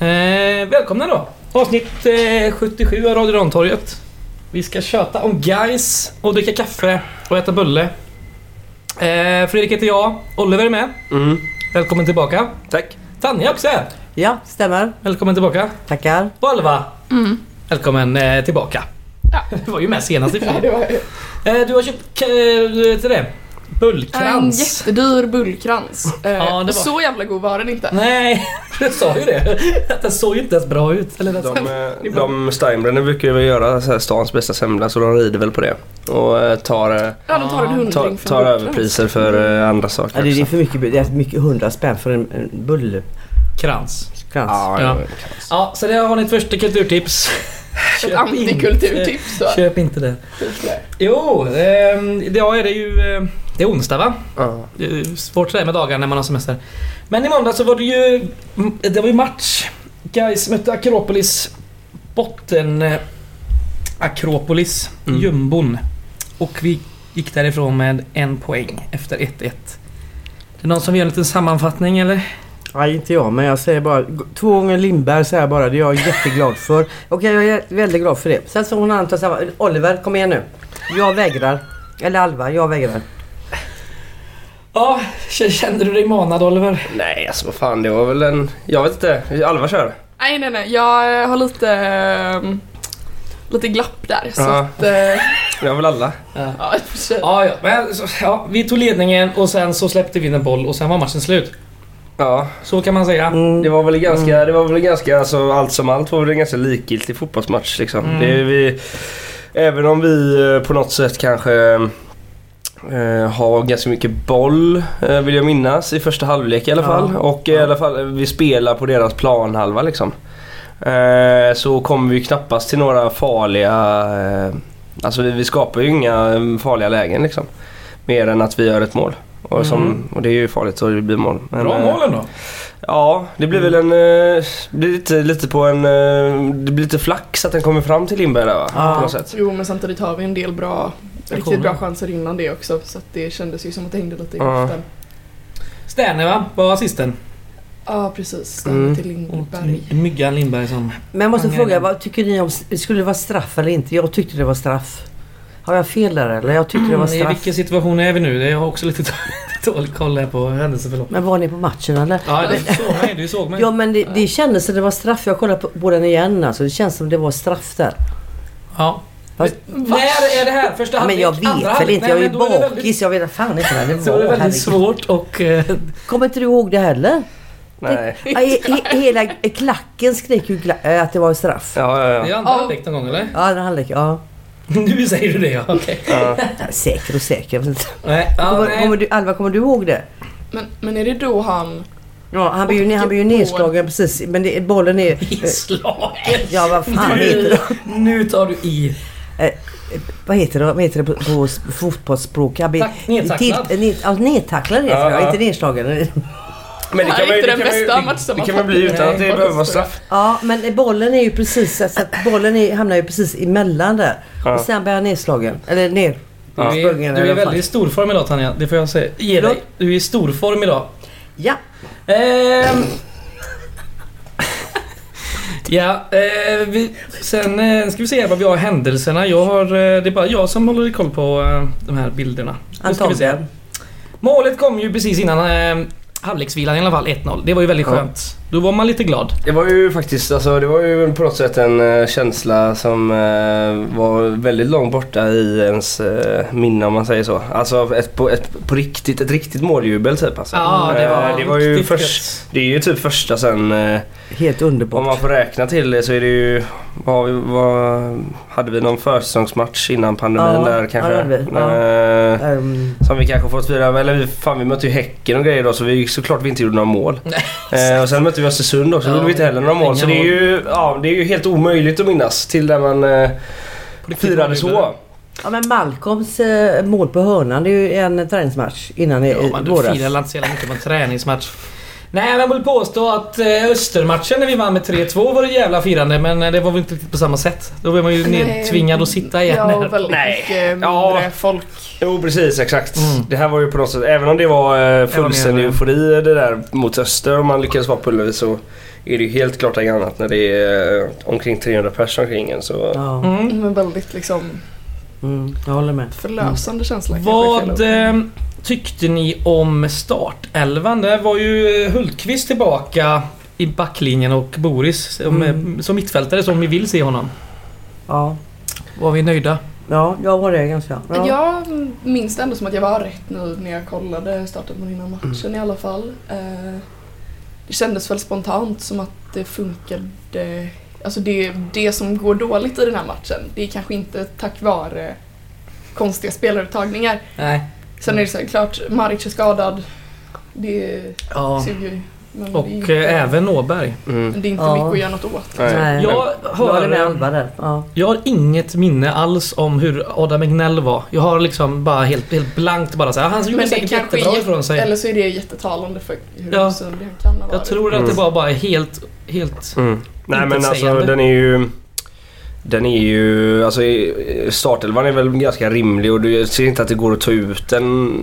Eh, Välkomna då! Avsnitt eh, 77 av Radio Rantorget. Vi ska köta om guys och dricka kaffe och äta bulle. Eh, Fredrik heter jag, Oliver är med. Mm. Välkommen tillbaka. Tack. Tanja också är. Ja, stämmer. Välkommen tillbaka. Tackar. Och Alva, välkommen eh, tillbaka. Du var ju med senast i och för sig. eh, Du har köpt eh, till det, En bullkrans. jättedyr bullkrans. Eh, Ja, det var- Så jävla god var den inte. Nej, du sa ju det. Att Den såg ju inte ens bra ut. Eller den såg- De, eh, de Steinbrenner brukar ju göra så här stans bästa semla så de rider väl på det. Och eh, tar, eh, Ja, de tar en hundring tar, för tar bullkrans. överpriser för eh, andra saker. Ja, det, det är också. för mycket, det är mycket hundra spänn för en, en bullkrans. Krans. Ja, Ja. ja. Ja, så det har ni ett första kulturtips. Köp Ett inte- eh, antikulturtips då. Köp inte det. Jo, ehm, idag är det ju... eh, Det är onsdag va? Ja. Det är svårt sådär med dagar när man har semester. Men i måndag så var det ju... mm, Det var ju match. Guys mötte Akropolis. Botten... eh, Akropolis. Mm. Jumbon. Och vi gick därifrån med en poäng efter 1-1. Det är någon som vill göra en liten sammanfattning eller? Nej, inte jag, men jag säger bara g- två gånger Lindberg säger jag bara. Det är jag jätteglad för. Okej, jag är väldigt glad för det. Sen så hon antar samma. Oliver, kom igen nu. Jag vägrar. Eller Alva, jag vägrar. Ja, k- kände du dig manad Oliver? Nej alltså vad fan det var väl en... Jag vet inte. Alva kör. Nej, nej, nej. Jag eh, har lite... ehm, Lite glapp där. Så Ja. att... eh, Det har väl alla. Ja. Ja, i och för sig. Ja, ja. Men, så, ja, vi tog ledningen och sen så släppte vi in en boll och sen var matchen slut. Ja. Så kan man Mm. säga. Det var väl Mm. ganska... Det var väl ganska alltså, allt som allt var väl en ganska likgiltig fotbollsmatch liksom. Mm. Det är vi, även om vi eh, på något sätt kanske eh, har ganska mycket boll eh, vill jag minnas i första halvlek i alla Ja. fall. Och i Ja. alla fall eh, vi spelar på deras planhalva liksom. Eh, så kommer vi knappast till några farliga... Eh, alltså vi, vi skapar ju inga eh, farliga lägen liksom. Mer än att vi gör ett mål. Och, som, Mm. och det är ju farligt så det blir mål. Men, Bra eh, mål ändå. Ja, det blir väl en... eh, Det blir lite, lite på en... eh, Det blir lite flax att den kommer fram till Lindberg där va? Ja. På något sätt. Jo, men samtidigt har vi en del bra... Aktioner. Riktigt bra chanser innan det också. Så att det kändes ju som att det hängde lite i Ja. luften. Sterne va? Var assisten. Ja, precis. Mm. Stämmer till Lindberg. Myggan Lindberg som... Men jag måste Fånga fråga, den. vad tycker ni om... Skulle det vara straff eller inte? Jag tyckte det var straff. Har jag fel där eller? Jag tyckte Mm, det var Mm, I straff. vilken situation är vi nu? Det är- Jag har också lite dålig- dålig koll här på händelseförloppet. Men var ni på matchen eller? Ja, du såg mig. Du såg mig. Ja men det, det kändes som det var straff. Jag kollade på, på den igen alltså. Det känns som det var straff där. Ja. Fast- När är det här? Första Ja, halvlek? men jag Andra vet väl halvlek? inte. Nej, Jag är ju men då det väldigt- bakis. Jag vet fan inte när det Så är det var. väldigt herregud. svårt och... eh, Kommer inte du ihåg det heller? Nej. Ja, he, he, hela klacken skrek ju gla- äh, att det var straff. Ja, Det ja, är ja. andra Ja. halvlek någon gång eller? Ja, den halvlek. Ja. Nu säger du det ja, okej. ja. Ja, Säker och säker. Jag vet inte. Nej, ja, kommer, nej. kommer du, Alva, kommer du ihåg det? Men, men är det då han... Ja, han blir ju, han blir ju nedslagen precis. Men det, bollen är... eh, Slaget. Ja, vad fan heter det? Nu tar du i. Vad heter det, vad heter det på, på s- fotbollsspråk? Han blir- Tack, nedtacklad. Till, ned, ja, nedtacklad heter Ja, det. ja. Inte nedslagen. Men det Nej, kan man ju- inte det den kan man ju- bästa det- matchen Det kan man man bli fått. utan att det Nej, behöver vara faktiskt. straff. Ja, men bollen är ju precis... Så att bollen är, hamnar ju precis emellan där. Ja. Och sen blir han nedslagen. Eller ner. Du är, Sprungen du i alla är fall. väldigt i storform idag Tanja, det får jag säga. Ge dig. Förlåt? Du är i storform idag. Ja. Ehm. ja, eh, vi, sen eh, ska vi se vad vi har i händelserna. Jag har, eh, det är bara jag som håller koll på eh, de här bilderna. Nu ska vi se. Antagligen. Målet kom ju precis innan eh, halvleksvilan i alla fall, 1-0. Det var ju väldigt Ja. skönt. Då var man lite glad. Det var ju faktiskt, alltså det var ju på något sätt en eh, känsla som eh, var väldigt långt borta i ens eh, minne om man säger så. Alltså ett, på, ett, på riktigt, ett riktigt måljubel typ alltså. Ja, det var, Eh, det var ju riktigt först, gött. det är ju typ första sen eh, Helt Om underbart. man får räkna till det så är det ju... Vad, har vi- vad, hade vi någon försäsongsmatch innan pandemin Ja, där ja, kanske? det hade vi. Ja. Eh, Ehm, Som vi kanske fått fira. Eller vi, fan, vi mötte ju Häcken och grejer då så vi, såklart vi inte gjorde några mål. Nej, Eh, och sen mötte vi Östersund också, Ja, då gjorde vi inte heller några mål. inga Så det är, mål. ju, ja, det är ju helt omöjligt att minnas till där man eh, firade så. ja men Malcolms eh, mål på hörnan det är ju en träningsmatch innan i Ja, i man våras. firar inte så jävla mycket på en träningsmatch. Nej, men jag vill påstå att eh, Östermatchen när vi vann med 3-2 var det jävla firande, men eh, det var väl inte riktigt på samma sätt. Då blev man ju Nej. nedtvingad att sitta igen. Eh, Ja, här. och väldigt Nej. mycket mindre Ja. folk. Jo precis, exakt. Mm. Det här var ju på något sätt, även om det var eh, fullständig Jag var med. eufori det där mot Öster och man lyckades vara på Ullevi så är det ju helt klart något annat när det är eh, omkring 300 personer omkring en. Så, Ja. Mm. En väldigt liksom Mm, jag håller med. förlösande känsla Mm. Vad kanske. eh, tyckte ni om startelvan? Där var ju eh, Hultqvist tillbaka i backlinjen och Boris som, Mm. eh, som mittfältare som vi vill se honom. Ja, Var vi nöjda? ja jag var det ganska. Ja. Jag minns det ändå som att jag var rätt nu när jag kollade starten innan matchen Mm. i alla fall. Eh, Det kändes väl spontant som att det funkade. Alltså det, det som går dåligt i den här matchen, det är kanske inte tack vare konstiga spelaruttagningar. Nej. Mm. Sen är det så här, klart, Maric är skadad. Det Ja. suger ju. Men det är Och inte, eh, även Åberg. mm. men det är inte Ja. mycket att göra något åt. Nej. Nej. Jag, Jag håller med hör... Alva där. Ja. Jag har inget minne alls om hur Adam Egnell var. Jag har liksom bara helt, helt blankt bara så här, Han gjorde Men det säkert kanske är jättebra jätte- ifrån sig. Eller så är det jättetalande för hur Ja. osynlig han kan ha varit. Jag tror att det Mm. var bara helt, helt... Mm. Nej men alltså Intetsägande. den är ju... Den är ju... Alltså i- startelvan är väl ganska rimlig och du ser inte att det går att ta ut en,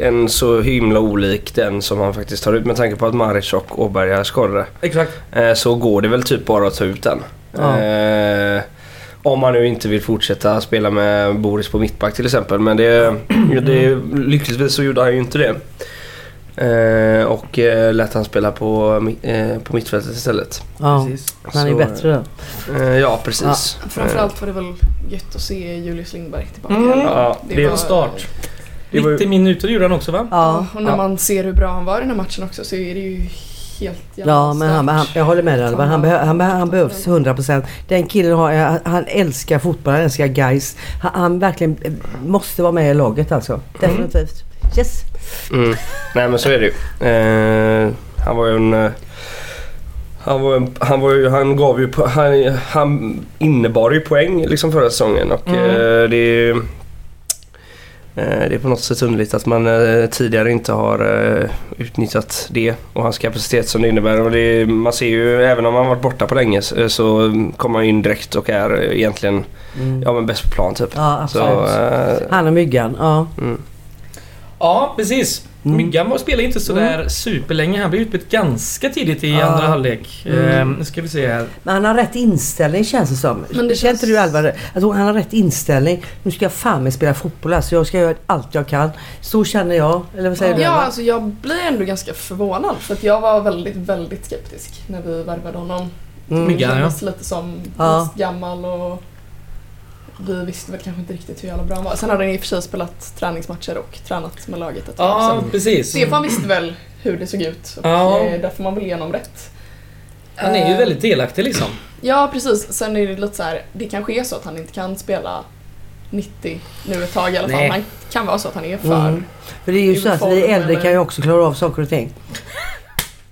en så himla olik den som han faktiskt tar ut. Med tanke på att Maric och Åberg är skadade. Exakt. Eh, Så går det väl typ bara att ta ut den. Ja. Eh, om man nu inte vill fortsätta spela med Boris på mittback till exempel. Men det, det, lyckligtvis så gjorde han ju inte det. Eh, och eh, lät han spela på, mi- eh, på mittfältet istället. Ja. Han är Så, bättre där. Eh, ja, precis. Eh. Framförallt var det väl gött att se Julius Lindberg tillbaka. Mm. igen. Ja, Det det var- En start. Det var ju- 90 minuter gjorde han också va? Ja. Och när Ja. man ser hur bra han var i den här matchen också så är det ju helt jävla Ja men han, han, stört. jag håller med dig Alva. Han, behö, han, behö, han behövs 100%. Den killen har, han- han älskar fotboll, han älskar guys. Han, han verkligen eh, måste vara med i laget Mm. alltså. Definitivt. Yes. Mm. Nej men så är det ju. Eh, han var ju en... eh, Han, var, en- han, var ju, han gav ju... po- Han, han innebar ju poäng liksom förra säsongen och Mm. eh, det... är- eh, Det är på något sätt underligt att man eh, tidigare inte har eh, utnyttjat det och hans kapacitet som det innebär. Och det, man ser ju, även om han varit borta på länge så- eh, så kommer han in direkt och är eh, egentligen Mm. ja, men bäst på plan typ. Ja Så, absolut. eh, Han och myggan. Ja. mm. Ja, precis. Mm. Myggan var, spelade inte sådär Mm. superlänge. Han blev utbytt ganska tidigt i Ja. andra Ah. halvlek. Mm. Ehm, nu ska vi se här. Men han har rätt inställning känns det som. Men det Känner känns- inte du Alva det? Att hon- han har rätt inställning. Nu ska jag fan med spela fotboll här, så jag ska göra allt jag kan. Så känner jag. Eller vad säger du Ja, Alva? alltså jag blir ändå ganska förvånad för att jag var väldigt, väldigt skeptisk när vi värvade honom. Myggan, ja. Han kändes lite som Mm. Ja. mest gammal och vi visste väl kanske inte riktigt hur jävla bra han var. Sen hade han i och för sig spelat träningsmatcher och tränat med laget ett tag. Ja, Så precis. Stefan visste väl hur det såg ut och Ja. eh, där får man väl igenom rätt. Han är ju Eh, väldigt delaktig liksom. Ja precis, sen är det lite så här, det kanske är så att han inte kan spela 90 nu ett tag i alla fall. Nej. Han kan vara så att han är för... Mm. För det är ju så att vi Uniform äldre eller- kan ju också klara av saker och ting.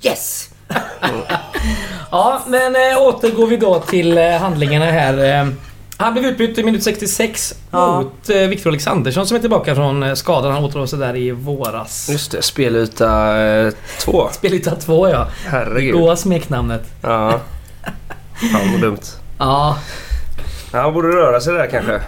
Yes! Ja, men eh, återgår vi då till eh, handlingarna här. Eh, han blev utbytt i minut 66 Ja. mot eh, Viktor Alexandersson som är tillbaka från eh, skadan han återhämtade sig där i våras. Just det, spelyta 2. Spelyta 2 ja. Herregud. Goa smeknamnet. Ja. Fan vad dumt. Ja, Ja, Han borde röra sig där kanske.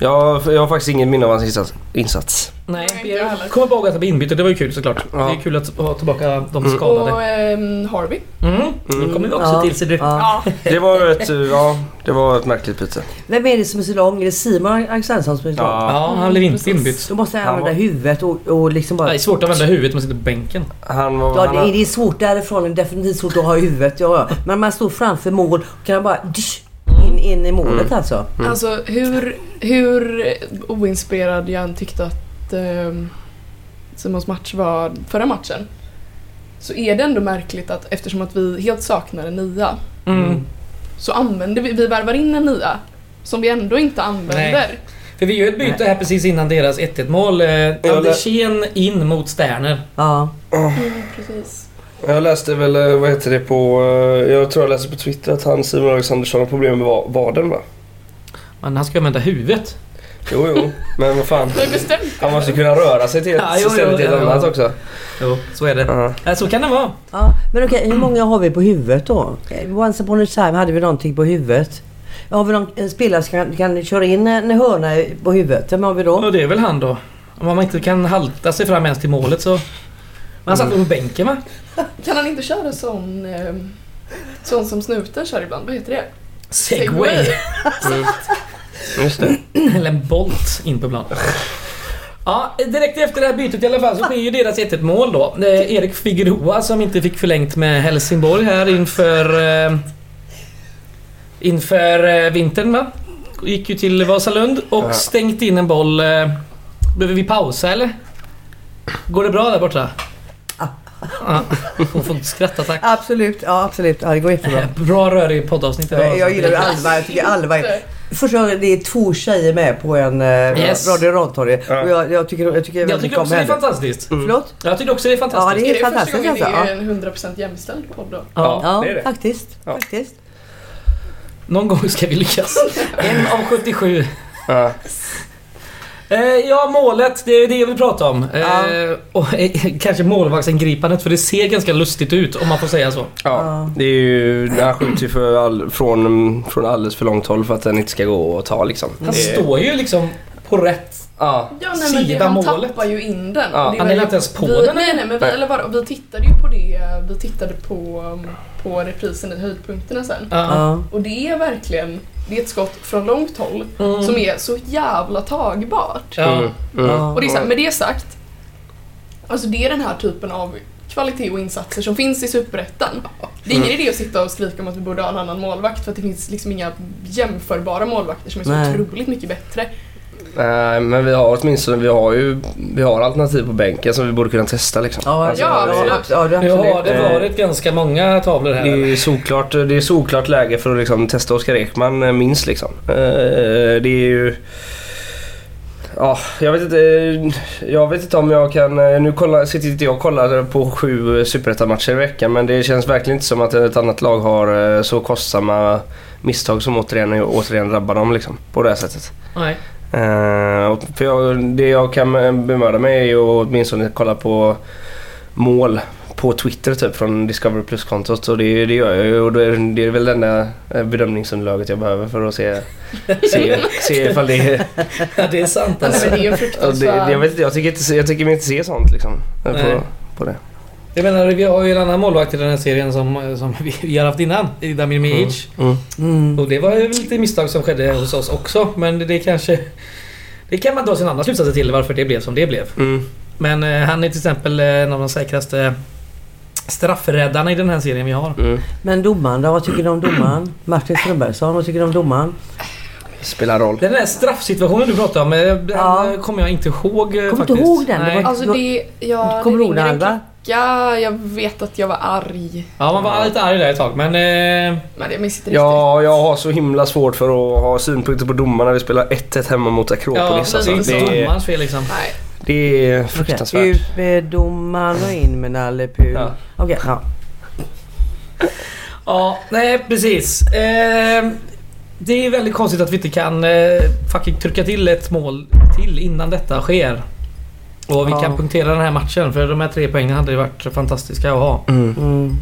Jag, jag har faktiskt inget minne av hans insats. insats. nej. Nej, inte jag heller. Kommer bara ihåg att han blev inbytt och det var ju kul såklart. Ja. Det är kul att ha tillbaka de Mm. skadade. Och ehm, Harvey. Mm. Det kommer vi också Ja. till ser du. Ja. Ja. Det var ett, ja, det var ett märkligt byte. Vem är det som är så lång? Är det Simon Alexandersson som är så lång? Ja. Ja, han blev inte Precis. inbytt. Då måste han Han var- använda huvudet och, och liksom Ja, bara... Det är svårt att vända huvudet när man sitter på bänken. Han var... Ja, han, det är- det är svårt därifrån. Det är definitivt svårt att ha i huvudet. Ja, ja. Men man står framför mål och kan bara dysch, Mm. in, in i målet Mm. alltså. Mm. Alltså hur, hur oinspirerad jag än tyckte att ehm, Simons match var förra matchen. Så är det ändå märkligt att eftersom att vi helt saknar en nia Mm. så använder vi, vi värvar in en nia som vi ändå inte använder. Nej. För vi gör ett byte här precis innan deras 1-1 mål. Eh, Andersén in mot Sterner. Ja. Mm, precis. jag läste väl, eh, vad heter det på... eh, Jag tror jag läste på Twitter att han Simon Alexandersson har problem med va- vaden va? Men han ska vända huvudet. Jo, jo. Men vad fan. Du har bestämt Han måste kunna röra sig till ett Ja, jo, jo, ställe till ett ja, ja. annat också. Jo, så är det. Ja. Ja, så kan det vara. ja. Men okej, hur många har vi på huvudet då? Once upon a time hade vi någonting på huvudet. Har vi någon en spelare som kan, kan köra in en hörna i- på huvudet? Vem har vi då? Och det är väl han då. Om man inte kan halta sig fram ens till målet så... Men han satt väl på bänken va? Kan han inte köra sån... ehm, Sånt som snuten kör ibland, vad heter det? Segway. Mm. Just det. Eller en Bolt in på plan. Ja, direkt efter det här bytet i alla fall så sker ju deras 1-1 mål då. Eh, Erik Figueroa som inte fick förlängt med Helsingborg här inför... Eh, inför eh, vintern va? Gick ju till Vasalund och Ja. stängt in en boll. Eh, behöver vi pausa eller? Går det bra där borta? Ja. Hon får skrattattack. Absolut, ja absolut. Ja, det går jättebra. Bra rör i poddavsnitt idag. Jag alltså. gillar ju Alva, jag tycker Alva är... Först och främst, det är två tjejer med på en eh, Yes. Radio Rantorget. Ja. Och jag, jag tycker, jag tycker Jag väldigt tycker mycket om också det är henne. fantastiskt. Mm. Förlåt? Jag tycker också det är Ja, fantastiskt. det är är det första fantastiskt gången det alltså. är Ja. en 100% jämställd podd då? Ja. Ja, Det är det. faktiskt. Ja. faktiskt. Någon gång ska vi lyckas. En av 77. Ja. Eh, ja, målet. Det är det jag vill prata om. Eh, Ja. och, eh, kanske målvaktsingripandet, för det ser ganska lustigt ut om man får säga så. Ja, Ja. det är ju, han skjuter ju för all, från, från alldeles för långt håll för att den inte ska gå att ta liksom. Han Det- står ju liksom på rätt... Ja, Ja, nej, men det, Sida han målet. tappar ju in den. Ja, Och det han var är ju- inte ens på vi, den, Nej, nej, men vi, Nej. eller bara, vi tittade ju på det. Vi tittade på, um, på reprisen i höjdpunkterna sen. Ja. Ja. Och det är verkligen, det är ett skott från långt håll Mm. som är så jävla tagbart. Ja. Mm, mm. Ja. Och det är så här, med det sagt, alltså det är den här typen av kvalitet och insatser som finns i Superettan. Det är ingen idé att sitta och skrika om att vi borde ha en annan målvakt för att det finns liksom inga jämförbara målvakter som är så Nej. otroligt mycket bättre. Nej, Eh, men vi har åtminstone, vi har ju vi har alternativ på bänken som vi borde kunna testa liksom. Ja, Alltså, ja, det, absolut. Ja, det Nu har absolut. det varit ganska många tavlor här. det är ju såklart, det är såklart läge för att liksom testa Oskar Ekman eh, minst liksom. Eh, Det är ju... Ja, jag vet inte, eh, jag vet inte om jag kan... eh, Nu kolla, sitter inte jag och kollar på sju eh, superettan-matcher i veckan men det känns verkligen inte som att ett annat lag har eh, så kostsamma misstag som återigen, återigen drabbar dem liksom, på det här sättet. Nej. Eh, och för jag, det jag kan bemöda mig är ju att åtminstone kolla på mål på Twitter typ från Discovery Plus-kontot och det, det gör jag ju och det är, det är väl det enda eh, bedömningsunderlaget jag behöver för att se, se, se ifall det är... Ja, det är sant Nej, alltså. men det är ju en och Det, fruktansvärd... det, jag, vet, inte, jag tycker inte, jag tycker mig inte se sånt liksom. eh, Nej. På, på det. Jag menar, vi har ju en annan målvakt i den här serien som, som vi, vi har haft innan. I Damir Mijic. Mm. Mm. Och det var ju lite misstag som skedde hos oss också. Men det kanske... Det kan man dra sin andra slutsatser till varför det blev som det blev. Mm. Men eh, han är till exempel eh, en av de säkraste straffräddarna i den här serien vi har. Mm. Men domaren då? Vad tycker du om domaren? Martin Strömbergsson, vad tycker du om domaren? Spelar roll. Den där straffsituationen du pratade om, eh, den Ja. eh, kommer jag inte ihåg eh, inte faktiskt. ihåg den? Det Nej. var- Alltså det... Ja, Kommer det du ihåg det ringer en Alva? klocka. Jag vet att jag var arg. Ja, man var lite arg där ett tag men... Eh, Men jag minns inte riktigt. Ja, jag har så himla svårt för att ha synpunkter på domarna. Vi spelar 1-1 hemma mot ja, Akropolis. det är alltså. inte det, är, domarens fel liksom. Nej. det är Okej, fruktansvärt. Ut med domaren och in med Nalle Puh. Ja. Okej, ja. Ja, nej precis. Eh, det är väldigt konstigt att vi inte kan eh, fucking trycka till ett mål till innan detta sker. Och vi Ja. kan punktera den här matchen för de här tre poängen hade ju varit fantastiska att ha. Mm. Mm.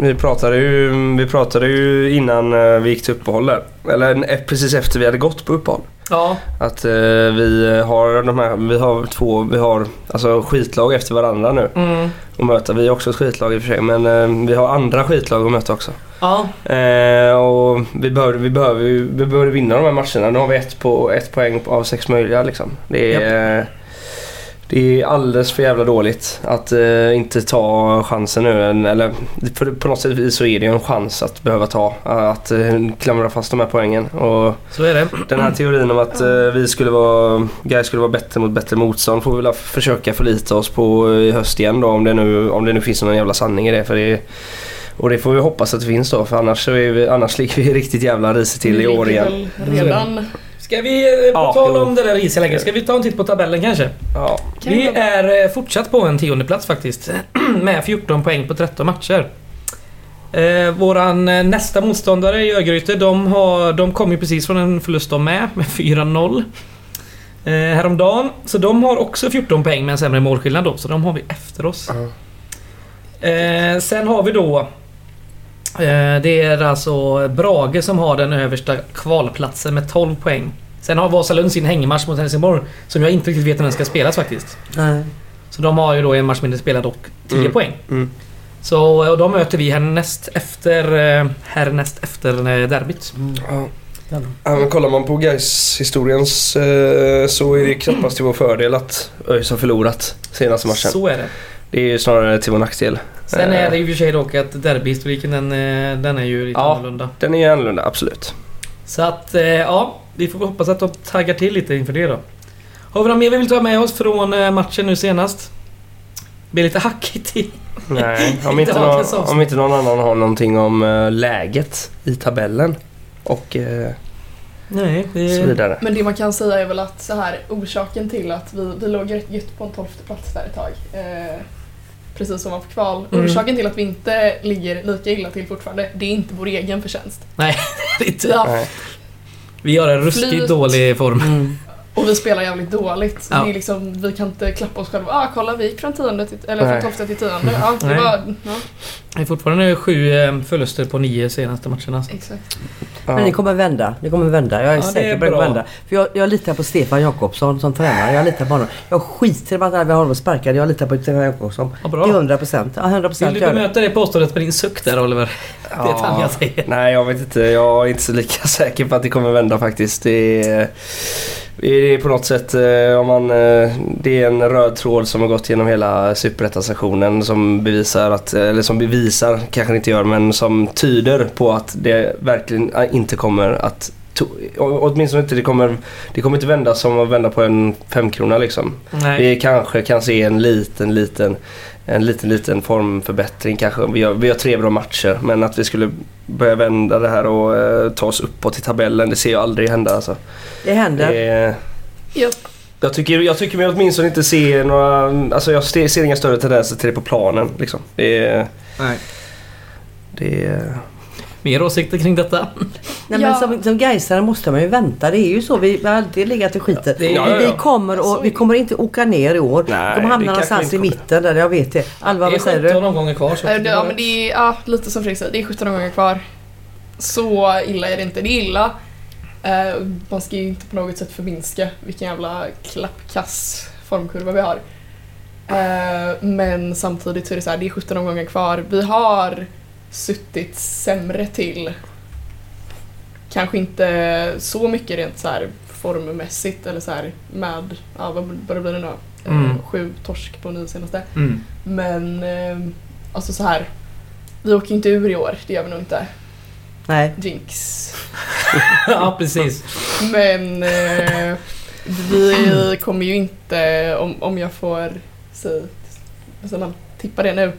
Vi pratade ju, vi pratade ju innan eh, vi gick till uppehåll där. Eller eh, precis efter vi hade gått på uppehåll. Ja, Att eh, vi har de här, vi har två, vi har alltså skitlag efter varandra nu. mm, Och möta, vi är också ett skitlag i och för sig men eh, vi har andra skitlag att möta också. ja, Eh, och vi behöver, vi, behöver, ju- vi behöver vinna de här matcherna. Nu har vi ett, på, ett poäng av sex möjliga. Liksom. Det, är, det är alldeles för jävla dåligt att eh, inte ta chansen nu. En- Eller, för, på något sätt så är det ju en chans att behöva ta. eh, Att eh, klamra fast de här poängen. Och så är det. den här teorin om att eh, vi skulle vara, guys skulle vara bättre mot bättre motstånd får vi väl försöka förlita oss på eh, i höst igen då om det nu, om det nu finns någon jävla sanning i det. För det och det får vi hoppas att det finns då för annars, så är vi, annars ligger vi riktigt jävla risigt till i Vi år ligger igen. väl Redan. Ska vi, eh, på Ja, tal jo. om det där risiga läget, ska vi ta en titt på tabellen kanske? Ja. Kan vi jag bara- är eh, fortsatt på en tionde plats faktiskt. Med 14 poäng på 13 matcher. Eh, våran eh, nästa motståndare i Örgryte, de, har- de kom ju precis från en förlust de med, med 4-0. Eh, häromdagen. Så de har också 14 poäng med en sämre målskillnad då, så de har vi efter oss. Eh, sen har vi då... Eh, det är alltså Brage som har den översta kvalplatsen med 12 poäng. Sen har Vasalund sin hängmatch mot Helsingborg som jag inte riktigt vet när den ska spelas faktiskt. Nej. Så de har ju då en match mindre spelad och 10 Mm. poäng. Mm. Så eh, och då möter vi härnäst efter, eh, härnäst efter eh, derbyt. Mm. Ja. Ja, men kollar man på guys historiens eh, så är det knappast till vår fördel att ÖIS har förlorat senaste matchen. Eh. Så är det. Det är ju snarare till vår nackdel. Sen är det ju i och för sig dock att derbyhistoriken den, eh, den är ju lite Ja. annorlunda. Den är ju annorlunda, absolut. Så att eh, ja, vi får hoppas att de taggar till lite inför det då. Har vi något mer vi vill ta med oss från eh, matchen nu senast? Det blir lite hackigt i Nej, om, Inte inte någon, Hankens avsnitt. om inte någon annan har någonting om eh, läget i tabellen och eh, Nej, så vi... vidare. Men det man kan säga är väl att så här, orsaken till att vi, vi låg rätt gött på en tolfte plats där ett tag. Eh, precis som var på kval. Mm. Orsaken till att vi inte ligger lika illa till fortfarande, det är inte vår egen förtjänst. Vi lite- har Nej. vi har en ruskigt Flyt. dålig form. Mm. Och vi spelar jävligt dåligt. Så Ja. Det är liksom, vi kan inte klappa oss själva. Ah, kolla vi gick från tionde till, eller från Nej. tolfte till tionde. Ja, det Nej. var, ja, Det är fortfarande sju eh, förluster på nio senaste matcherna. exakt. Men det Ja. kommer vända. Det kommer vända. Jag är Ja, det är säker på att det bra. kommer vända. För jag, jag litar på Stefan Jakobsson som tränare. Jag litar på honom. Jag skiter i att vi har honom sparkad. Jag litar på Stefan Jakobsson. Vad Till bra. 100 procent. Ja, 100 Vill procent du gör det. bemöta det påståendet med din suck där Oliver? Det är fan jag säger. Nej, jag vet inte. Jag är inte så lika säker på att det kommer vända faktiskt. Det är, det är på något sätt eh, om man, eh, det är en röd tråd som har gått genom hela superettan-sessionen som bevisar att, eller som bevisar, kanske inte gör, men som tyder på att det verkligen eh, inte kommer att to- å- Åtminstone inte, det kommer, det kommer inte vända som att vända på en femkrona liksom. Nej. Vi kanske kan se en liten, liten, en liten, liten formförbättring kanske. Vi har, vi har tre bra matcher men att vi skulle börja vända det här och eh, ta oss uppåt i tabellen, det ser jag aldrig hända alltså. Det händer. Det, Ja, jag tycker, jag tycker mig åtminstone inte se några, alltså jag ser, ser inga större tendenser till det på planen liksom. Det, Nej. det, Mer åsikter kring detta? Nej, Ja. men som, som Gaisare måste man ju vänta. Det är ju så. Vi har alltid legat i skiten. det är- Ja, ja, ja. Vi, kommer Så är och, vi det. kommer inte åka ner i år. Nej, vi kommer det hamna kanske någonstans inte i kommer. mitten där. Jag vet det. Alva, det är vad säger du? 17 omgångar kvar. Så Eh, det- ja men det är ja, lite som Fredrik säger, det är 17 gånger kvar. Så illa är det inte. Det är illa. Eh, man ska ju inte på något sätt förminska vilken jävla klappkass formkurva vi har. Eh, men samtidigt så är det så här, det är 17 omgångar kvar. Vi har suttit sämre till. Kanske inte så mycket rent så här formmässigt eller så här med, ja vad vad blir det nu? Eh, Mm. Sju torsk på nio senaste. Mm. Men eh, alltså så här. Vi åker ju inte ur i år, det gör vi nog inte. Nej. Jinx. ja precis. Men eh, vi kommer ju inte, om, om jag får säga, alltså, tippa det nu.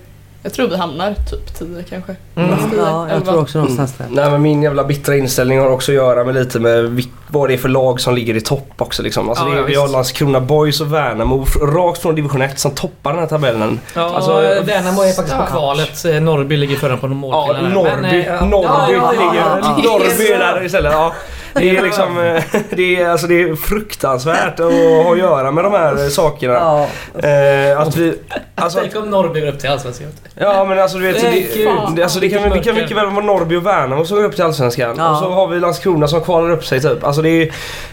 Jag tror vi hamnar typ 10 kanske. Mm. Tio, Ja, jag elva. tror också någonstans där. nej men min jävla bittra inställning har också att göra med lite med vil- vad det är för lag som ligger i topp också liksom. Alltså Ja, det ja, är, vi visst. har Landskrona Boys och Värnamo fr- rakt från division 1 som toppar den här tabellen. Ja, eh, Alltså, Värnamo är faktiskt på ja. kvalet. Eh, Norrby ligger före på någon Ja, målskillnad. Norrby. Men, eh, ja, Norrby ja, ligger... ja, ja. Norrby är där istället. Ja. Det är liksom... eh, Det är, alltså, det är fruktansvärt att ha att göra med de här eh, sakerna. Ja. Eh, att vi... Alltså, Tänk om Norrby går upp till Allsvenskan. ja men alltså du vet... Nej, Det, gud. det, alltså, det, kan, det kan mycket väl vara Norrby och Värnamo som går upp till Allsvenskan. Ja. Och så har vi Landskrona som kvalar upp sig typ. Alltså det är...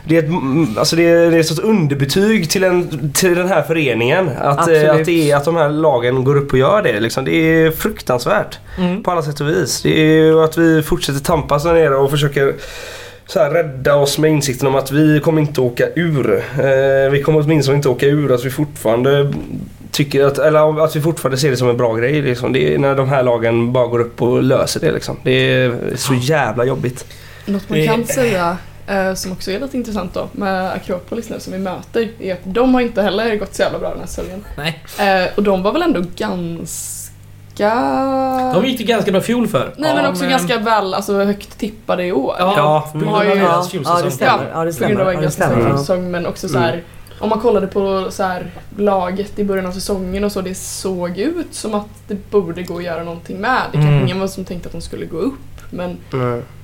Det är ett, mm, alltså det är, det är ett sorts underbetyg till, en, till den här föreningen. Att, eh, Absolut. att, det är, att de här lagen går upp och gör det. Liksom. Det är fruktansvärt Mm. på alla sätt och vis. Det är ju att vi fortsätter tampas där nere och försöker så här, rädda oss med insikten om att vi kommer inte åka ur. Eh, vi kommer åtminstone inte åka ur att vi fortfarande tycker att, eller att vi fortfarande ser det som en bra grej. Liksom. Det är när de här lagen bara går upp och löser det. Liksom. Det är så jävla jobbigt. Något man kan säga eh, som också är lite intressant då med Akropolis nu som vi möter är att de har inte heller gått så jävla bra den här säsongen. Nej. Eh, och de var väl ändå ganska... De gick ju ganska bra fjol för. Nej men också ganska väl, alltså högt tippade i år. Ja, Ja, på grund har av ju- deras Ja, det fjolsäsong. stämmer. Ja, det På grund stämmer. av Ja, en det ganska stämmer. stark Ja. säsong men också så här. Om man kollade på så här, laget i början av säsongen och så, det såg ut som att det borde gå att göra någonting med. Det kanske Mm. ingen var som tänkte att de skulle gå upp men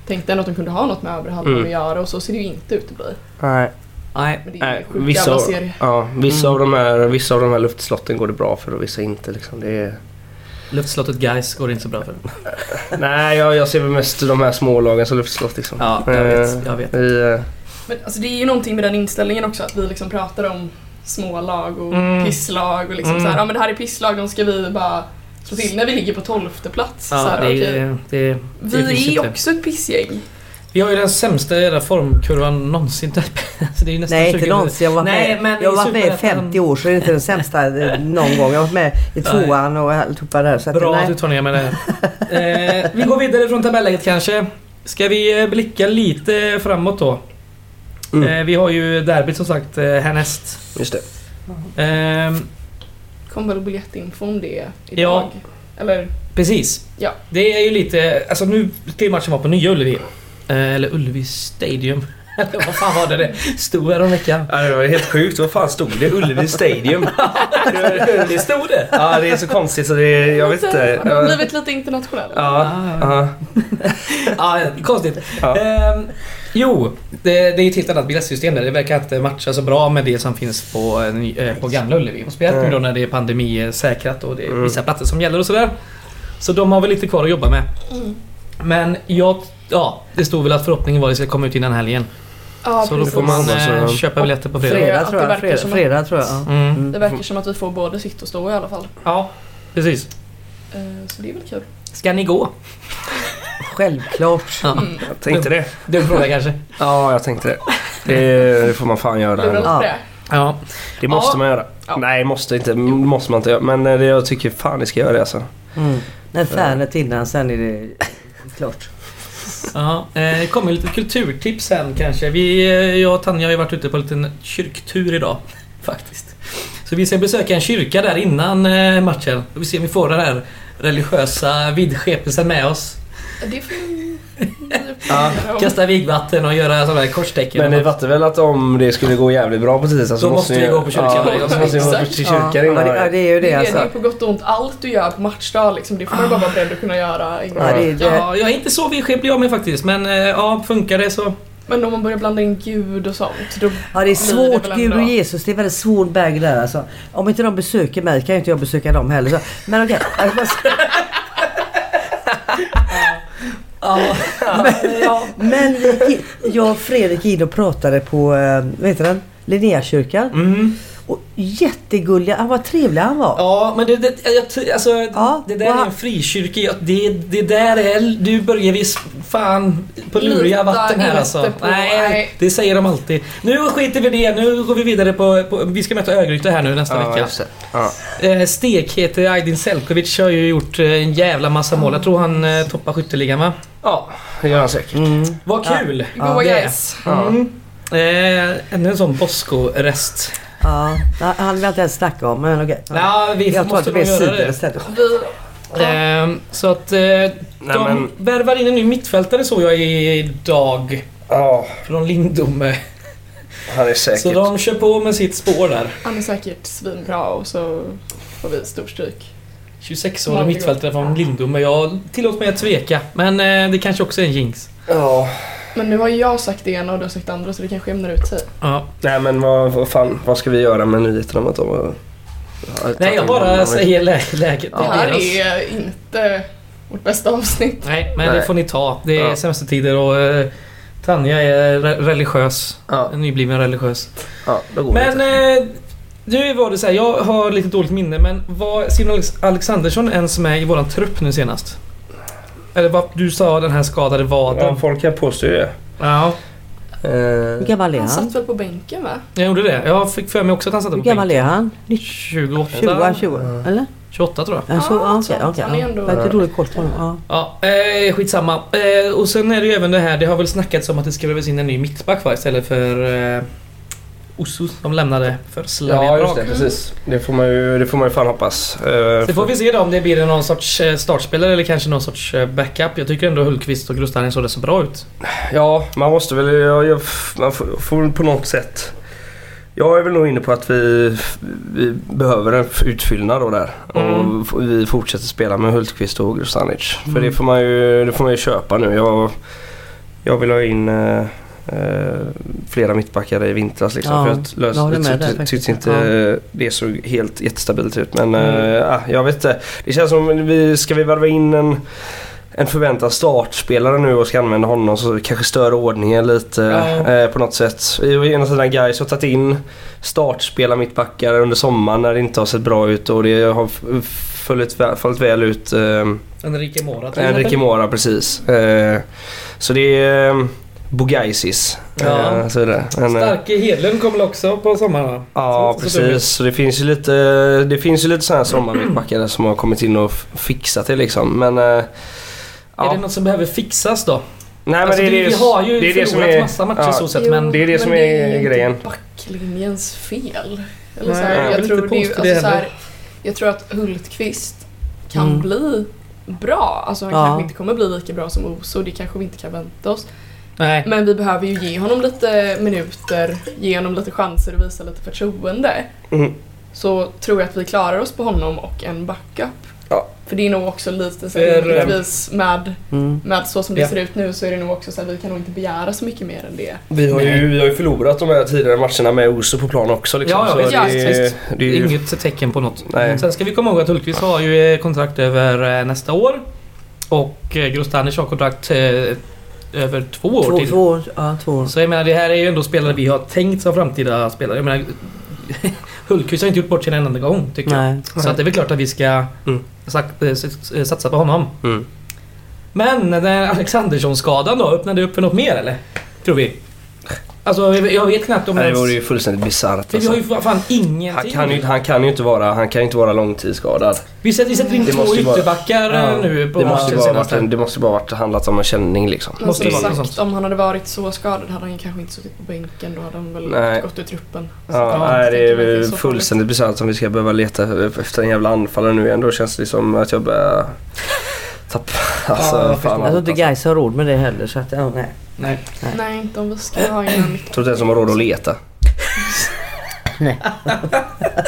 tänkte ändå att de kunde ha något med övre halvan Mm. att göra och så ser det ju inte ut att bli. Nej. Nej. Men det är Nej, ju sjukt vissa, jävla av, serie. ja, vissa, av de här, vissa av de här luftslotten går det bra för och vissa inte. Liksom. Det är... Luftslottet guys går det inte så bra för. Nej, jag, jag ser väl mest de här smålagen som luftslott. Liksom. Ja, jag vet. Jag vet. Vi, eh, Men alltså, det är ju någonting med den inställningen också att vi liksom pratar om smålag och Mm. pisslag och liksom Mm. så här, ja men det här är pisslag, de ska vi bara slå till när vi ligger på tolfte plats. Eh. så Ja, här, det, okej. är- det, vi finns är inte. också ett pissgäng. vi har ju den sämsta jävla formkurvan någonsin. Så det är ju nästan Nej 20 inte någonsin. Jag har varit Nej, med, men jag har i varit med i Superettan- 50 år så det är inte den sämsta eh, någon gång. Jag har varit med i Nej. tvåan och alltihopa där. Så att, Bra att du nej. tar ner mig där. eh, vi går vidare från tabelläget kanske. Ska vi eh, blicka lite framåt då? Mm. Eh, vi har ju derbyt som sagt eh, härnäst. Just det. Ehm, Kom väl biljettinfo om det Ja. idag? Eller Precis. Ja. Det är ju lite, alltså nu ska ju matchen vara på Nya Ullevi. Eh, eller Ullevi Stadium. Eller vad fan var det det stod häromveckan? Ja, det var helt sjukt. Vad fan stod det? Ullevi Stadium? Det stod det? Ja, det är så konstigt så det... Eh, Jag vet inte. Har de Ja, blivit lite internationella? Ah, ja. ja, konstigt. Ja. Ehm, jo, det, det är ju ett helt annat biljettsystem där. Det verkar inte matcha så bra med det som finns på, eh, ny- eh, på Gamla Ullevi. Och speciellt nu då när det är pandemisäkrat och det är vissa platser som gäller och sådär. Så de har väl lite kvar att jobba med. Mm. Men jag, ja, det stod väl att förhoppningen var att det ska komma ut innan helgen. Ja, så då precis. får man Precis. eh, köpa biljetter på fredag. Fredag Att tror det jag. verkar Fredag, som att- fredag tror jag. ja. Mm. Det verkar som att vi får både sitt och stå i alla fall. Ja, precis. Eh, Så det är väl kul. Ska ni gå? Självklart. Ja, Mm. Jag tänkte det. dum fråga kanske. Ja, jag tänkte det. Det, det får man fan Lurar göra. oss på det. Ja. Det måste Ja. man göra. Ja. Nej, måste inte. Måste man inte göra. Men eh, det- jag tycker fan ni ska göra det alltså. Mm. När fanet innan sen är det klart. Ja, eh, det kommer lite kulturtips sen kanske. Vi, eh, jag och Tanja har ju varit ute på en liten kyrktur idag. Faktiskt. Så vi ska besöka en kyrka där innan eh, matchen. Och vi ser om vi får den här religiösa vidskepelsen med oss. Det får vi... Ja. Kasta vigvatten och göra sådana här korstecken. Men ni och- fattar väl att om det skulle gå jävligt bra på tisdag så Då måste ni- vi gå på kyrkan. Ja, så måste vi gå på Exakt. kyrkan ja, innan. det, ja, det är ju Det det är, det är alltså. på gott och ont. Allt du gör på matchdag liksom, det får man bara vara beredd att kunna göra. en gång. Ja, det är det. Ja, jag är inte så vidskeplig jag med faktiskt. Men eh, ja, funkar det så... Men om man börjar blanda in Gud och sånt, då... Ja det är blir det svårt. väl ändå- Gud och Jesus, det är väldigt svår berg där alltså. Om inte de besöker mig kan ju inte jag besöka dem heller. Så. Men okej. Alltså, man ska- Ja, ja. Men vi gick in- jag och Fredrik gick in och pratade på, eh, vad heter den? Linnéakyrkan. Mm. Och jättegulliga, han var trevlig han var. Ja, men det, det, jag, ty- alltså, Ja, det där och är han- en frikyrka. Ja, Det, det där är... Du börjar visst fan på luriga Lita vatten här inte alltså. på- Nej, nej. det säger de alltid. Nu skiter vi i det. Nu går vi vidare på... på vi ska möta Örgryte här nu nästa Ja, vecka. just det. Ja. Eh, Stek heter Aydin Selkovic har ju gjort eh, en jävla massa mål. Jag tror han eh, toppar skytteligan va? ja, det gör han säkert. Mm. Vad kul! Goa det är. guys. Ja. Mm. Eh, ännu en sån Bosko-rest. Ja, han han vill jag inte ens snacka om men okej. Ja, vi jag tar måste inte nog med göra sidor det. istället. Vi... Ja. Ehm, så att eh, de men- värvar in en ny mittfältare såg jag idag. Ja, Från Lindome. han är säkert. Så de kör på med sitt spår där. Han är säkert svinbra och så får vi storstryk. 26-årig mittfältare från Lindome. Jag tillåter mig att tveka. Men eh, det kanske också är en jinx. Ja. Men nu har ju jag sagt det ena och du har sagt det andra så det kanske jämnar ut sig. Ja. Nej men vad, vad fan, vad ska vi göra med nyheten om att de har... har Nej, jag tagit in bara honom? säger lä läget. Det här deras. är inte vårt bästa avsnitt. Nej, men det Nej. får ni ta. Det är Ja. semestertider och eh, Tanja är re religiös. Ja. En Nybliven religiös. Ja, då går Men det. eh, nu var det så här, jag har lite dåligt minne men var Simon Alex- Alexandersson ens med i våran trupp nu senast? Eller vad du sa den här skadade Ja, vaden? folk kan påstå ju det. Ja, Hur Eh, gammal är Han han? satt väl på bänken va? jag gjorde det. Jag fick för mig också att han satt Hur på gammal bänken. är han? 28? 20, 20 eller? 28 tror jag. Ja, så, Ja, ja, okej, så- okej, han är ja. ändå- Jag har inte dålig koll på honom. Ja. Ja, eh, skitsamma. Eh, och sen är det ju även det här, det har väl snackats om att det ska behövas in en ny mittback va? Istället för eh, Osso som lämnade för Slavia ja, just Prag. det. Precis. Det får man ju, det får man ju fan hoppas. Eh, Så får vi se då om det blir någon sorts eh, startspelare eller kanske någon sorts eh, backup. Jag tycker ändå Hultqvist och Grostanin såg det så bra ut. Ja, man måste väl... Jag, jag, man får, får väl på något sätt... Jag är väl nog inne på att vi, vi behöver en utfyllnad då där. Mm. Och f- vi fortsätter spela med Hultqvist och Grostanic. För Mm. det får, man ju, det får man ju köpa nu. Jag, jag vill ha in eh, eh, flera mittbackar i vintras liksom. Ja, för jag lös, jag håller med där tyckte- faktiskt. tyckte inte det såg helt jättestabilt ut. Men Mm. eh, ah, jag vet inte. Det känns som vi ska vi värva in en en förväntad startspelare nu och ska använda honom så kanske stör ordningen lite Ja. eh, på något sätt. I- Å ena sidan Gais har tagit in startspelare mittbackar under sommaren när det inte har sett bra ut och det har f- f- följt, vä- följt väl ut eh, Enrique Mora till Enrique exempel. Mora precis. Eh, så det är eh, Bugaisis. Ja. Eh, så är det. En, eh, Starke Hedlund kommer också på sommaren va? Ja Så- så dumt. precis, så det finns ju lite, det finns ju lite sådana här sommarmittbackare som har kommit in och f- fixat det liksom. Men, eh, ja. Är det något som behöver fixas då? Nej, men alltså, det, är vi det, har ju det är det förlorat som är, massa matcher ja. i så sett Jo, men... det är det som är ju inte grejen. backlinjens fel. Eller Nej, så här, jag jag, vill tror inte det är, ju- påstå alltså, det så heller. här, jag tror att Hultqvist kan Mm. bli bra. Alltså han Ja. kanske inte kommer bli lika bra som Oso, det kanske vi inte kan vänta oss. Nej. Men vi behöver ju ge honom lite minuter, ge honom lite chanser och visa lite förtroende. Mm. Så tror jag att vi klarar oss på honom och en backup. Ja. För det är nog också lite så För, här, ehm, eh, rimligtvis med, Mm. med så som det Ja. ser ut nu så är det nog också så här, vi kan nog inte begära så mycket mer än det. Vi har, ju, vi har ju förlorat de här tidigare matcherna med Oso på plan också. Liksom. Ja, ja, så visst, det, visst, är- visst. det är ju, Inget tecken på något. Nej. Sen ska vi komma ihåg att Hultqvist har ju eh, kontrakt över eh, nästa år. Och eh, Grostanic har kontrakt eh, över två år Två, till. två år. Ja, två år. Så jag menar det här är ju ändå spelare vi har tänkt som framtida spelare. Jag menar Hultqvist har inte gjort bort sin en enda gång tycker Nej. jag. Så att det är väl klart att vi ska Mm. sak- eh, s- eh, satsa på honom. mm. Men den här Alexandersson-skadan då, öppnade det upp för något mer eller? Tror vi. Alltså jag jag vet knappt om Nej, det ens- vore ju fullständigt bisarrt. För vi har ju Alltså. fan ingenting. Han, kan ju, han kan ju inte vara, han kan ju inte vara långtidsskadad. Vi sätter, vi sätter in Det två måste ju vara- ytterbackar eh, nu på det, måste ju matchen bara varit senast. en, det måste bara varit handlat om en känning liksom. Men Måste som det vara något sagt, sånt? om han hade varit så skadad hade han ju kanske inte suttit på bänken. Då hade han väl Nej. gått ur truppen. Ja, Ja, nej, det jag tänker verkligen är så fullständigt bisarrt som vi ska behöva leta efter en jävla anfallare nu igen. Då känns det som att jag börjar tappa... Alltså, jag förstår. fan, Jag tror inte Gais har råd med det heller så att, ja, nej. Nej. Nej, inte om vi ska ha in en Tror inte ens de har råd att leta.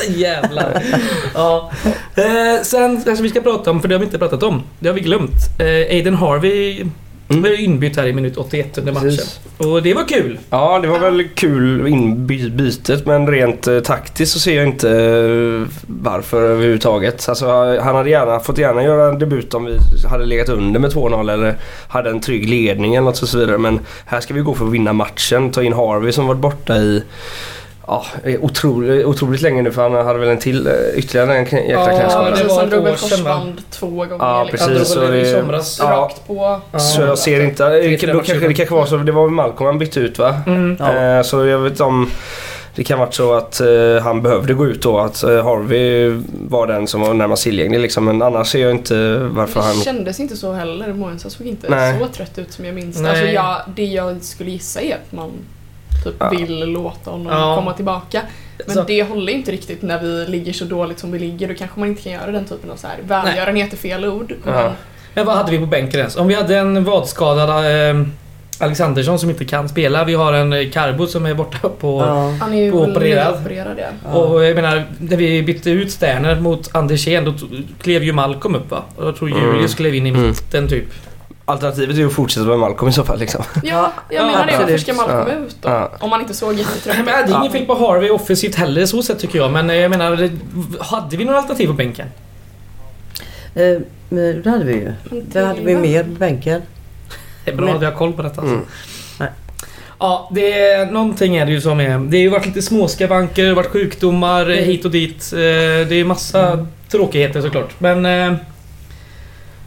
Jävlar. ja. eh, sen det som vi ska prata om, för det har vi inte pratat om. Det har vi glömt. Eh, Aiden Harvey Mm. blev inbytt här i minut 81 under matchen. Precis. Och det var kul. Ja, det var väl kul inbytet men rent eh, taktiskt så ser jag inte eh, varför överhuvudtaget. Alltså, han hade gärna, fått gärna göra en debut om vi hade legat under med 2-0 eller hade en trygg ledning eller något så vidare. Men här ska vi gå för att vinna matchen. Ta in Harvey som varit borta i Ja, otroligt, otroligt länge nu för han hade väl en till, eh, ytterligare en knä- jäkla Ja, knäskada. det precis, var han ett drog år väl sedan, va? korsband två gånger. Ja, Han precis. drog så väl det i det- somras. Ja. Rakt på. Så jag ser inte... eh, Tre, fyra Då matcher. kanske, det kanske var så, det var väl Malcolm han bytte ut va? Mm. Ja. Eh, Så jag vet inte om det kan varit så att eh, han behövde gå ut då. Att eh, Harvey var den som var närmast tillgänglig liksom. Men annars ser jag inte varför Det han... kändes inte så heller. Moensa såg inte Nej. så trött ut som jag minns Nej. alltså jag, Det jag skulle gissa är att man typ Ja. vill låta honom Ja. komma tillbaka. Men Så- det håller inte riktigt när vi ligger så dåligt som vi ligger. Då kanske man inte kan göra den typen av så här välgörenhet är fel ord. Ja. Men Men vad hade vi på bänken ens? Om vi hade en vadskadad eh, Alexandersson som inte kan spela. Vi har en eh, Carbo som är borta på... Ja. Han är ju Opererad. väl opererad ja. Och eh, jag menar, när vi bytte ut Sterner mot Andersén då to- klev ju Malcolm upp va? Och jag tror Mm. Julius klev in i Mm. mitten typ. Alternativet är ju att fortsätta med Malcolm i så fall liksom. Ja, jag Ja, menar det. Varför absolut. ska man Ja. komma ut då? Ja. Om man inte såg jättetrött Nej, ut. men äh, det är Ja. ingen fel på Harvey offensivt heller så sett tycker jag. Men eh, jag menar, det- hade vi några alternativ på bänken? Eh, men det hade vi ju. Men Det hade vi Tillman. mer på bänken. Det är bra Men- att vi har koll på detta alltså. Mm. Nej. Ja, det är, någonting är det ju som är. Det har ju varit lite småskavanker, det har varit sjukdomar eh, hit och dit. Eh, Det är massa tråkigheter såklart. Men eh,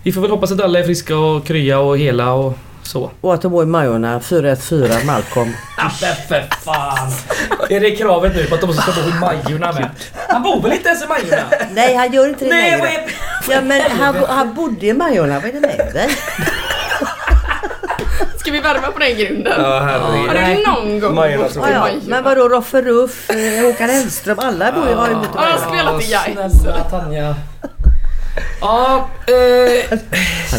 vi får väl hoppas att alla är friska och krya och hela och så. Och att de bor i Majorna, 414 Malcolm. Ah, men för fan! Är det kravet nu på att de ska bo i Majorna med? Han bor väl inte ens i Majorna? Nej han gör inte det Nej, vad längre. är... Ja, men han, han bodde i Majorna, vad är det med dig? Ska vi värva på den grunden? Ja, Har herregud. du någon gång Majorna bott i tror alltså. Ja, ja. Majorna? Men vadå Roffe Ruff, eh, Håkan Hellström, alla bor ju har ju bott i Ja, jag Majorna. skulle vilja till Gais. Snälla Tanja. Ja, eh,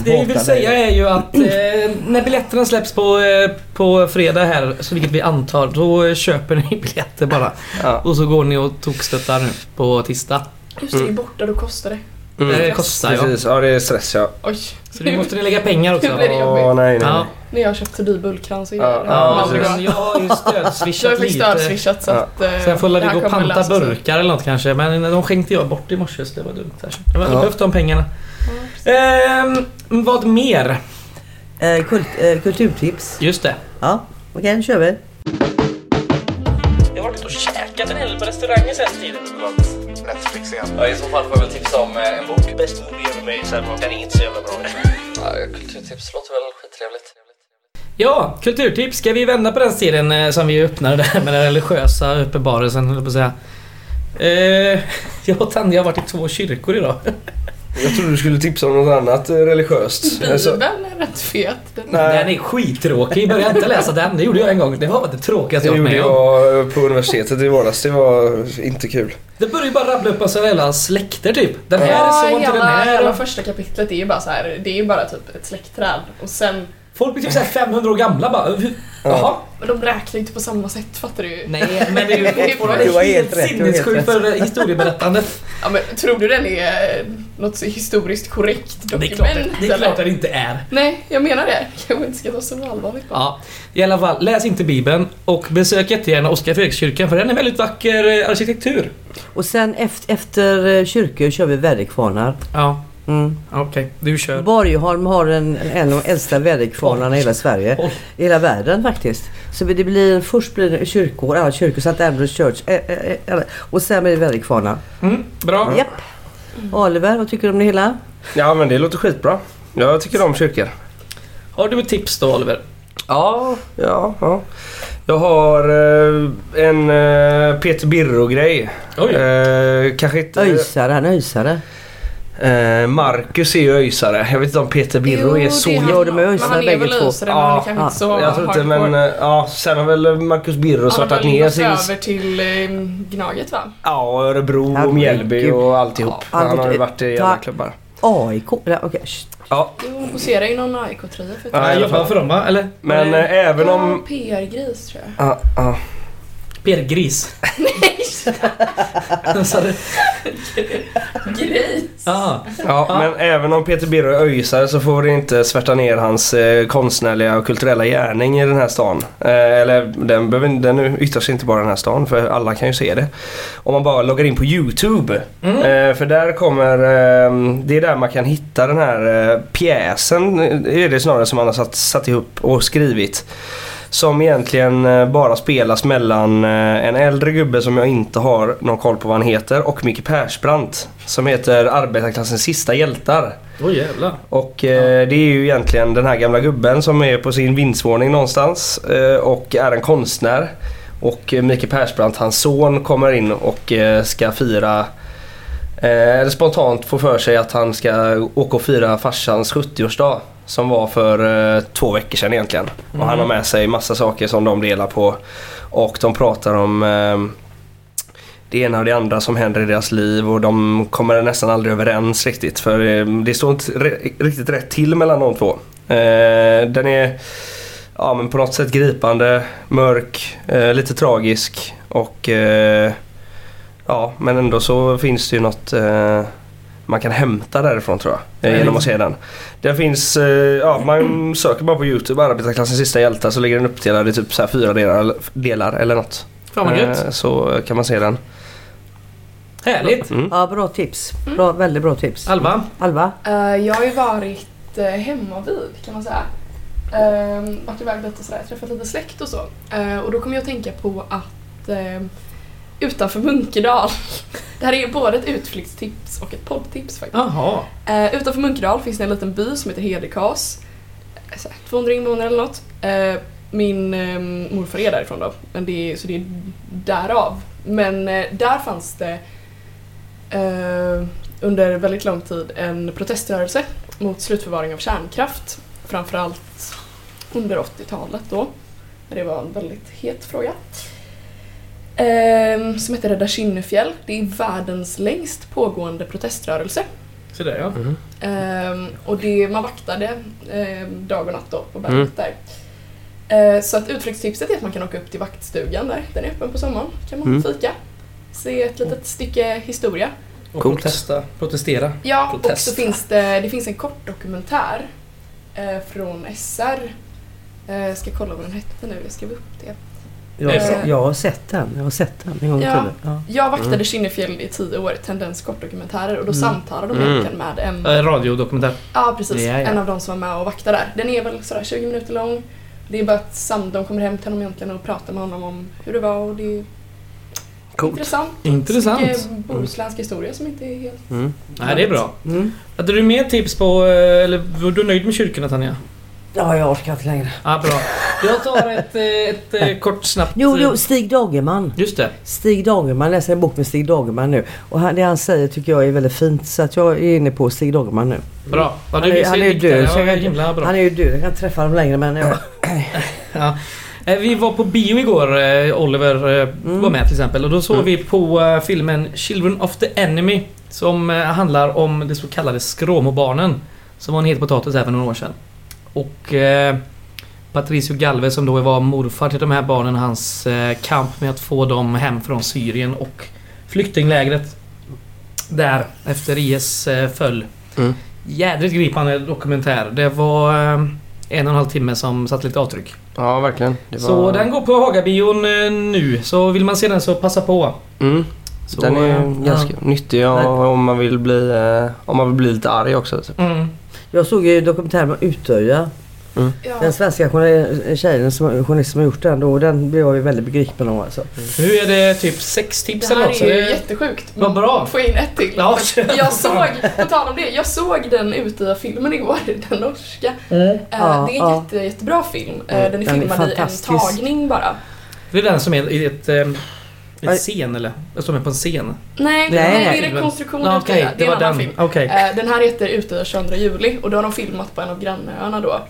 det jag vill säga är ju att eh, när biljetterna släpps på, eh, på fredag här, så vilket vi antar, då eh, köper ni biljetter bara. Ja. Och så går ni och tokstöttar nu på tisdag. Just det, det är borta, då kostar det. Det Mm. kostar ja. Precis, ja det är stress ja. Oj. Så nu måste ni lägga pengar Nu också. blir det jobbigt. Åh nej nej. Ja, När jag köpte dyr bullkrans och Ja, grejer. ja, ja det var precis. men bra. jag har ju Jag stödswishat fick lite. stödswishat så Ja. att... eh, Sen får det vi här gå och kommer panta lösa sig. burkar eller något kanske. Men de skänkte jag bort i morse så det var dumt. Här. Jag hade Ja. behövt de pengarna. Ja, precis. Ehm, vad mer? Eh, kult, eh, kulturtips. Just det. Ja, okej nu kör vi. Jag har varit och käkat en hel på restauranger senaste tiden. Netflix igen. Ja, I så fall får jag väl tipsa om eh, en bok. Bäst movie med så här, den är inte så jävla bra. Ja, kulturtips låter väl skittrevligt. Ja, kulturtips. Ska vi vända på den serien eh, som vi öppnade där med den religiösa uppenbarelsen höll jag på att säga. Eh, jag och Tanja har varit i två kyrkor idag. Jag trodde du skulle tipsa om något annat eh, religiöst. Mm. Alltså, Bibeln är rätt fet. Den Den är skittråkig. Börja inte läsa den. Det gjorde jag en gång. Det var det tråkigaste det jag varit gjorde med om. jag eh, på universitetet i våras. Det var inte kul. Det börjar ju bara rabbla upp en sån jävla släkter typ. Den här är Ja, så, inte den hela, här. hela första kapitlet är ju bara så här, det är ju bara typ ett släktträd och sen, Folk blir typ såhär 500 år gamla bara. "Hur- Jaha. men de räknar ju inte på samma sätt fattar du ju. Nej, men det är ju fortfarande Du har helt helt rätt, du har helt sinnessjukt rätt. för historieberättandet. Ja, men, tror du den är eh, något så historiskt korrekt Det är dokument? klart det, det, är eller? klart det inte är. Nej, jag menar det. Jag kanske inte ska ta så allvarligt på det. Ja, i alla fall, läs inte Bibeln och besök jättegärna Oskar Fredrikskyrkan för den är väldigt vacker eh, arkitektur. Och sen efter, efter eh, kyrkor kör vi väderkvarnar. Ja, Mm. okej. Du kör. Borgholm har en, en av de äldsta väderkvarnarna i hela Sverige. Oj. I hela världen faktiskt. Så det blir, först blir det kyrkor, alla kyrkor, St. Andrews Church. eh, eh, eh, alla- Och sen blir det väderkvarnar. Mm, bra. Japp. Oliver, vad tycker du om det hela? Ja men det låter skitbra. Jag tycker om kyrkor. Har du ett tips då Oliver? Ja, ja, ja. Jag har eh, en eh, Peter Birro-grej. Oj. Eh, kanske inte... Öjsare, han är öjsare. Eh, Marcus är ju öjsare. Jag vet inte om Peter Birro är så... han. Ja, de är ösare Men han är bägge väl två. ösare, men Ja, han är kanske inte så Jag tror inte hardcore. men eh, ja, sen har väl Marcus Birro Han startat har väl ner gått till över till eh, Gnaget va? ja, Örebro och Herregud. Mjällby och alltihop. Han har Han har ju gått- varit i alla Ta- klubbar. AIK? Eller, okej. shh. Ja, Jo, hon poserar ju någon AIK-tröja för ett Ja, tag i jag alla jobbar fall. för dem va? Eller? men eh, även Ja, om... PR-gris tror jag. Ja, ja. Per Gris. Nej! Sa du? Gris! Ja. Ja, men även om Peter Birro är öjsare så får det inte svärta ner hans eh, konstnärliga och kulturella gärning i den här stan. Eh, eller den, behöver, den yttrar sig inte bara i den här stan för alla kan ju se det. Om man bara loggar in på Youtube. Eh, för där kommer, eh, det är där man kan hitta den här eh, pjäsen eh, är det snarare som man har satt, satt ihop och skrivit. Som egentligen eh, bara spelas mellan eh, en äldre gubbe som jag inte har någon koll på vad han heter och Micke Persbrandt. Som heter Arbetarklassens sista hjältar. Åh jävlar. Och eh, det är ju egentligen den här gamla gubben som är på sin vindsvåning någonstans eh, och är en konstnär. Och eh, Micke Persbrandt, hans son, kommer in och eh, ska fira eh, eller spontant får för sig att han ska åka och fira farsans 70-årsdag. Som var för eh, två veckor sedan egentligen. Och han har med sig massa saker som de delar på. Och de pratar om eh, det ena och det andra som händer i deras liv och de kommer nästan aldrig överens riktigt för eh, det står inte re- riktigt rätt till mellan de två. Eh, Den är ja, men på något sätt gripande, mörk, eh, lite tragisk och eh, ja men ändå så finns det ju något eh, man kan hämta därifrån tror jag. eh, Genom att se den. Den finns, eh, ja man söker bara på Youtube Arbetarklassens sista hjältar så ligger den uppdelad i typ så här fyra delar, delar eller något. Fan vad gött. Eh, Så kan man se den. Härligt. Mm. Ja, bra tips. Bra, väldigt bra tips. Alva? Alva? Eh, jag har ju varit uh, hemma vid kan man säga. Uh, varit iväg lite och sådär, träffat lite släkt och så. Eh, och då kom jag att tänka på att eh, utanför Munkedal, det här är ju både ett utflyktstips och ett poddtips faktiskt. Jaha. Eh, utanför Munkedal finns det en liten by som heter Hedekas. Eh, så här, 200 invånare eller något. Eh, min eh, morfar är därifrån då, men det är, så det är därav. Men eh, där fanns det eh, under väldigt lång tid en proteströrelse mot slutförvaring av kärnkraft. Framförallt under 80-talet då. när Det var en väldigt het fråga. Eh, som heter Rädda Kynnefjäll. Det är världens längst pågående proteströrelse. Så där ja. Ehm, och det, man vaktade ehm, dag och natt då på berget Mm. där. Eh, så att utflyktstipset är att man kan åka upp till vaktstugan där. Den är öppen på sommaren. kan man Mm. fika. Se ett litet stycke historia. Och Coolt. protesta, protestera. Ja, och Protest. så finns det, det finns en kort dokumentär eh, från SR. Eh, ska kolla vad den hette nu, jag skrev upp det. Jag, Är det så? jag har sett den. Jag har sett den en gång i Ja. tiden. Ja. Jag vaktade Kinnefjäll i tio år, Tendens kortdokumentärer, och då Mm. samtalade de Mm. Mm. egentligen med en Eh, Radiodokumentär. Ja, precis. Ja, ja. En av dem som var med och vaktade där. Den är väl sådär 20 minuter lång. Det är bara att sam- de kommer hem till honom egentligen och pratar med honom om hur det var och det är Coolt. intressant. Intressant. Mycket bohuslänsk historia som inte är helt... Mm. Nej, det är bra. Mm. Hade du mer tips på... eh, Eller var du nöjd med kyrkorna Tanja? ja, jag orkar inte längre. Ja, bra. Jag tar ett, eh, ett eh, kort snabbt... Jo, jo, Stig Dagerman. Just det. Stig Dagerman, läser en bok med Stig Dagerman nu. Och han, det han säger tycker jag är väldigt fint. Så att jag är inne på Stig Dagerman nu. Bra. Ja, Han är- han är ju diktare. död, så Ja, jag- himla bra. Han är ju du, jag kan inte träffa honom längre men jag, Ja. Eh, Vi var på bio igår, eh, Oliver eh, var med till exempel. Och då såg vi på eh, filmen Children of the Enemy. Som eh, handlar om det så kallade Skråmobarnen. Som var en het potatis här för några år sedan. Och eh, Patricio Galve som då var morfar till de här barnen. Hans eh, kamp med att få dem hem från Syrien och flyktinglägret. Där efter IS eh, föll. Mm. Jädrigt gripande dokumentär. Det var eh, en och en halv timme som satte lite avtryck. Ja, verkligen. Det var... Så den går på Hagabion eh, nu, så vill man se den så passa på. Mm. Så, den är eh, ganska nyttig och, om, man vill bli, eh, om man vill bli lite arg också. Typ. ja. Mm. jag såg ju dokumentären om Utöja. Ja. Den svenska journal- tjejen som, journalist som har gjort den då, och den blev jag ju väldigt begripen av alltså. Nu är det typ sex tips Det eller här något. så är ju det- jättesjukt. Vad bra. Få in ett till. Ja. Jag såg, på tal om det, jag såg den ute i filmen igår, den norska. Mm. Eh, Ja, det är en ja. jätte, jättebra film. Eh, Mm, Den den är är filmad i en fantastisk. tagning bara. Det är den som är i ett... eh, Aj. ett scen eller? Som är på en scen? Nej, Nej, nej, nej. det är rekonstruktion Ja, ute. Okej, det det är en var annan den. film. Okej. Mm. Eh, Den här heter Ute 22 juli och då har de filmat på en av grannöarna då.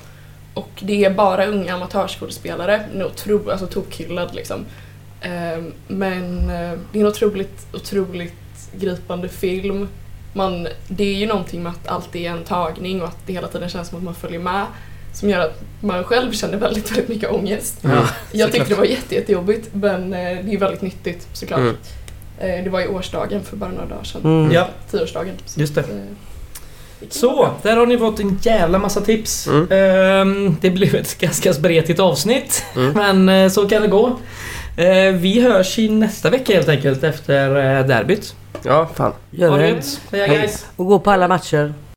Och det är bara unga amatörskådespelare, en otro, alltså tokhyllad liksom. Eh, Men eh, det är en otroligt, otroligt gripande film. Man, det är ju någonting med att allt är en tagning och att det hela tiden känns som att man följer med som gör att man själv känner väldigt, väldigt mycket ångest. Ja, Jag tyckte det såklart. var jätte, jättejobbigt men eh, det är väldigt nyttigt såklart. Mm. Eh, Det var ju årsdagen för bara några dagar sedan. Mm. Ja, Tioårsdagen. Så just det. att, eh, det kan vara Så, bra. där har ni fått en jävla massa tips. Mm. Ehm, det blev ett ganska spretigt avsnitt, Mm. men eh, så kan det gå. Eh, vi hörs i nästa vecka helt enkelt efter eh, derbyt. Ja, fan. Gör Ha det det. gött. Heja guys! Och gå på alla matcher.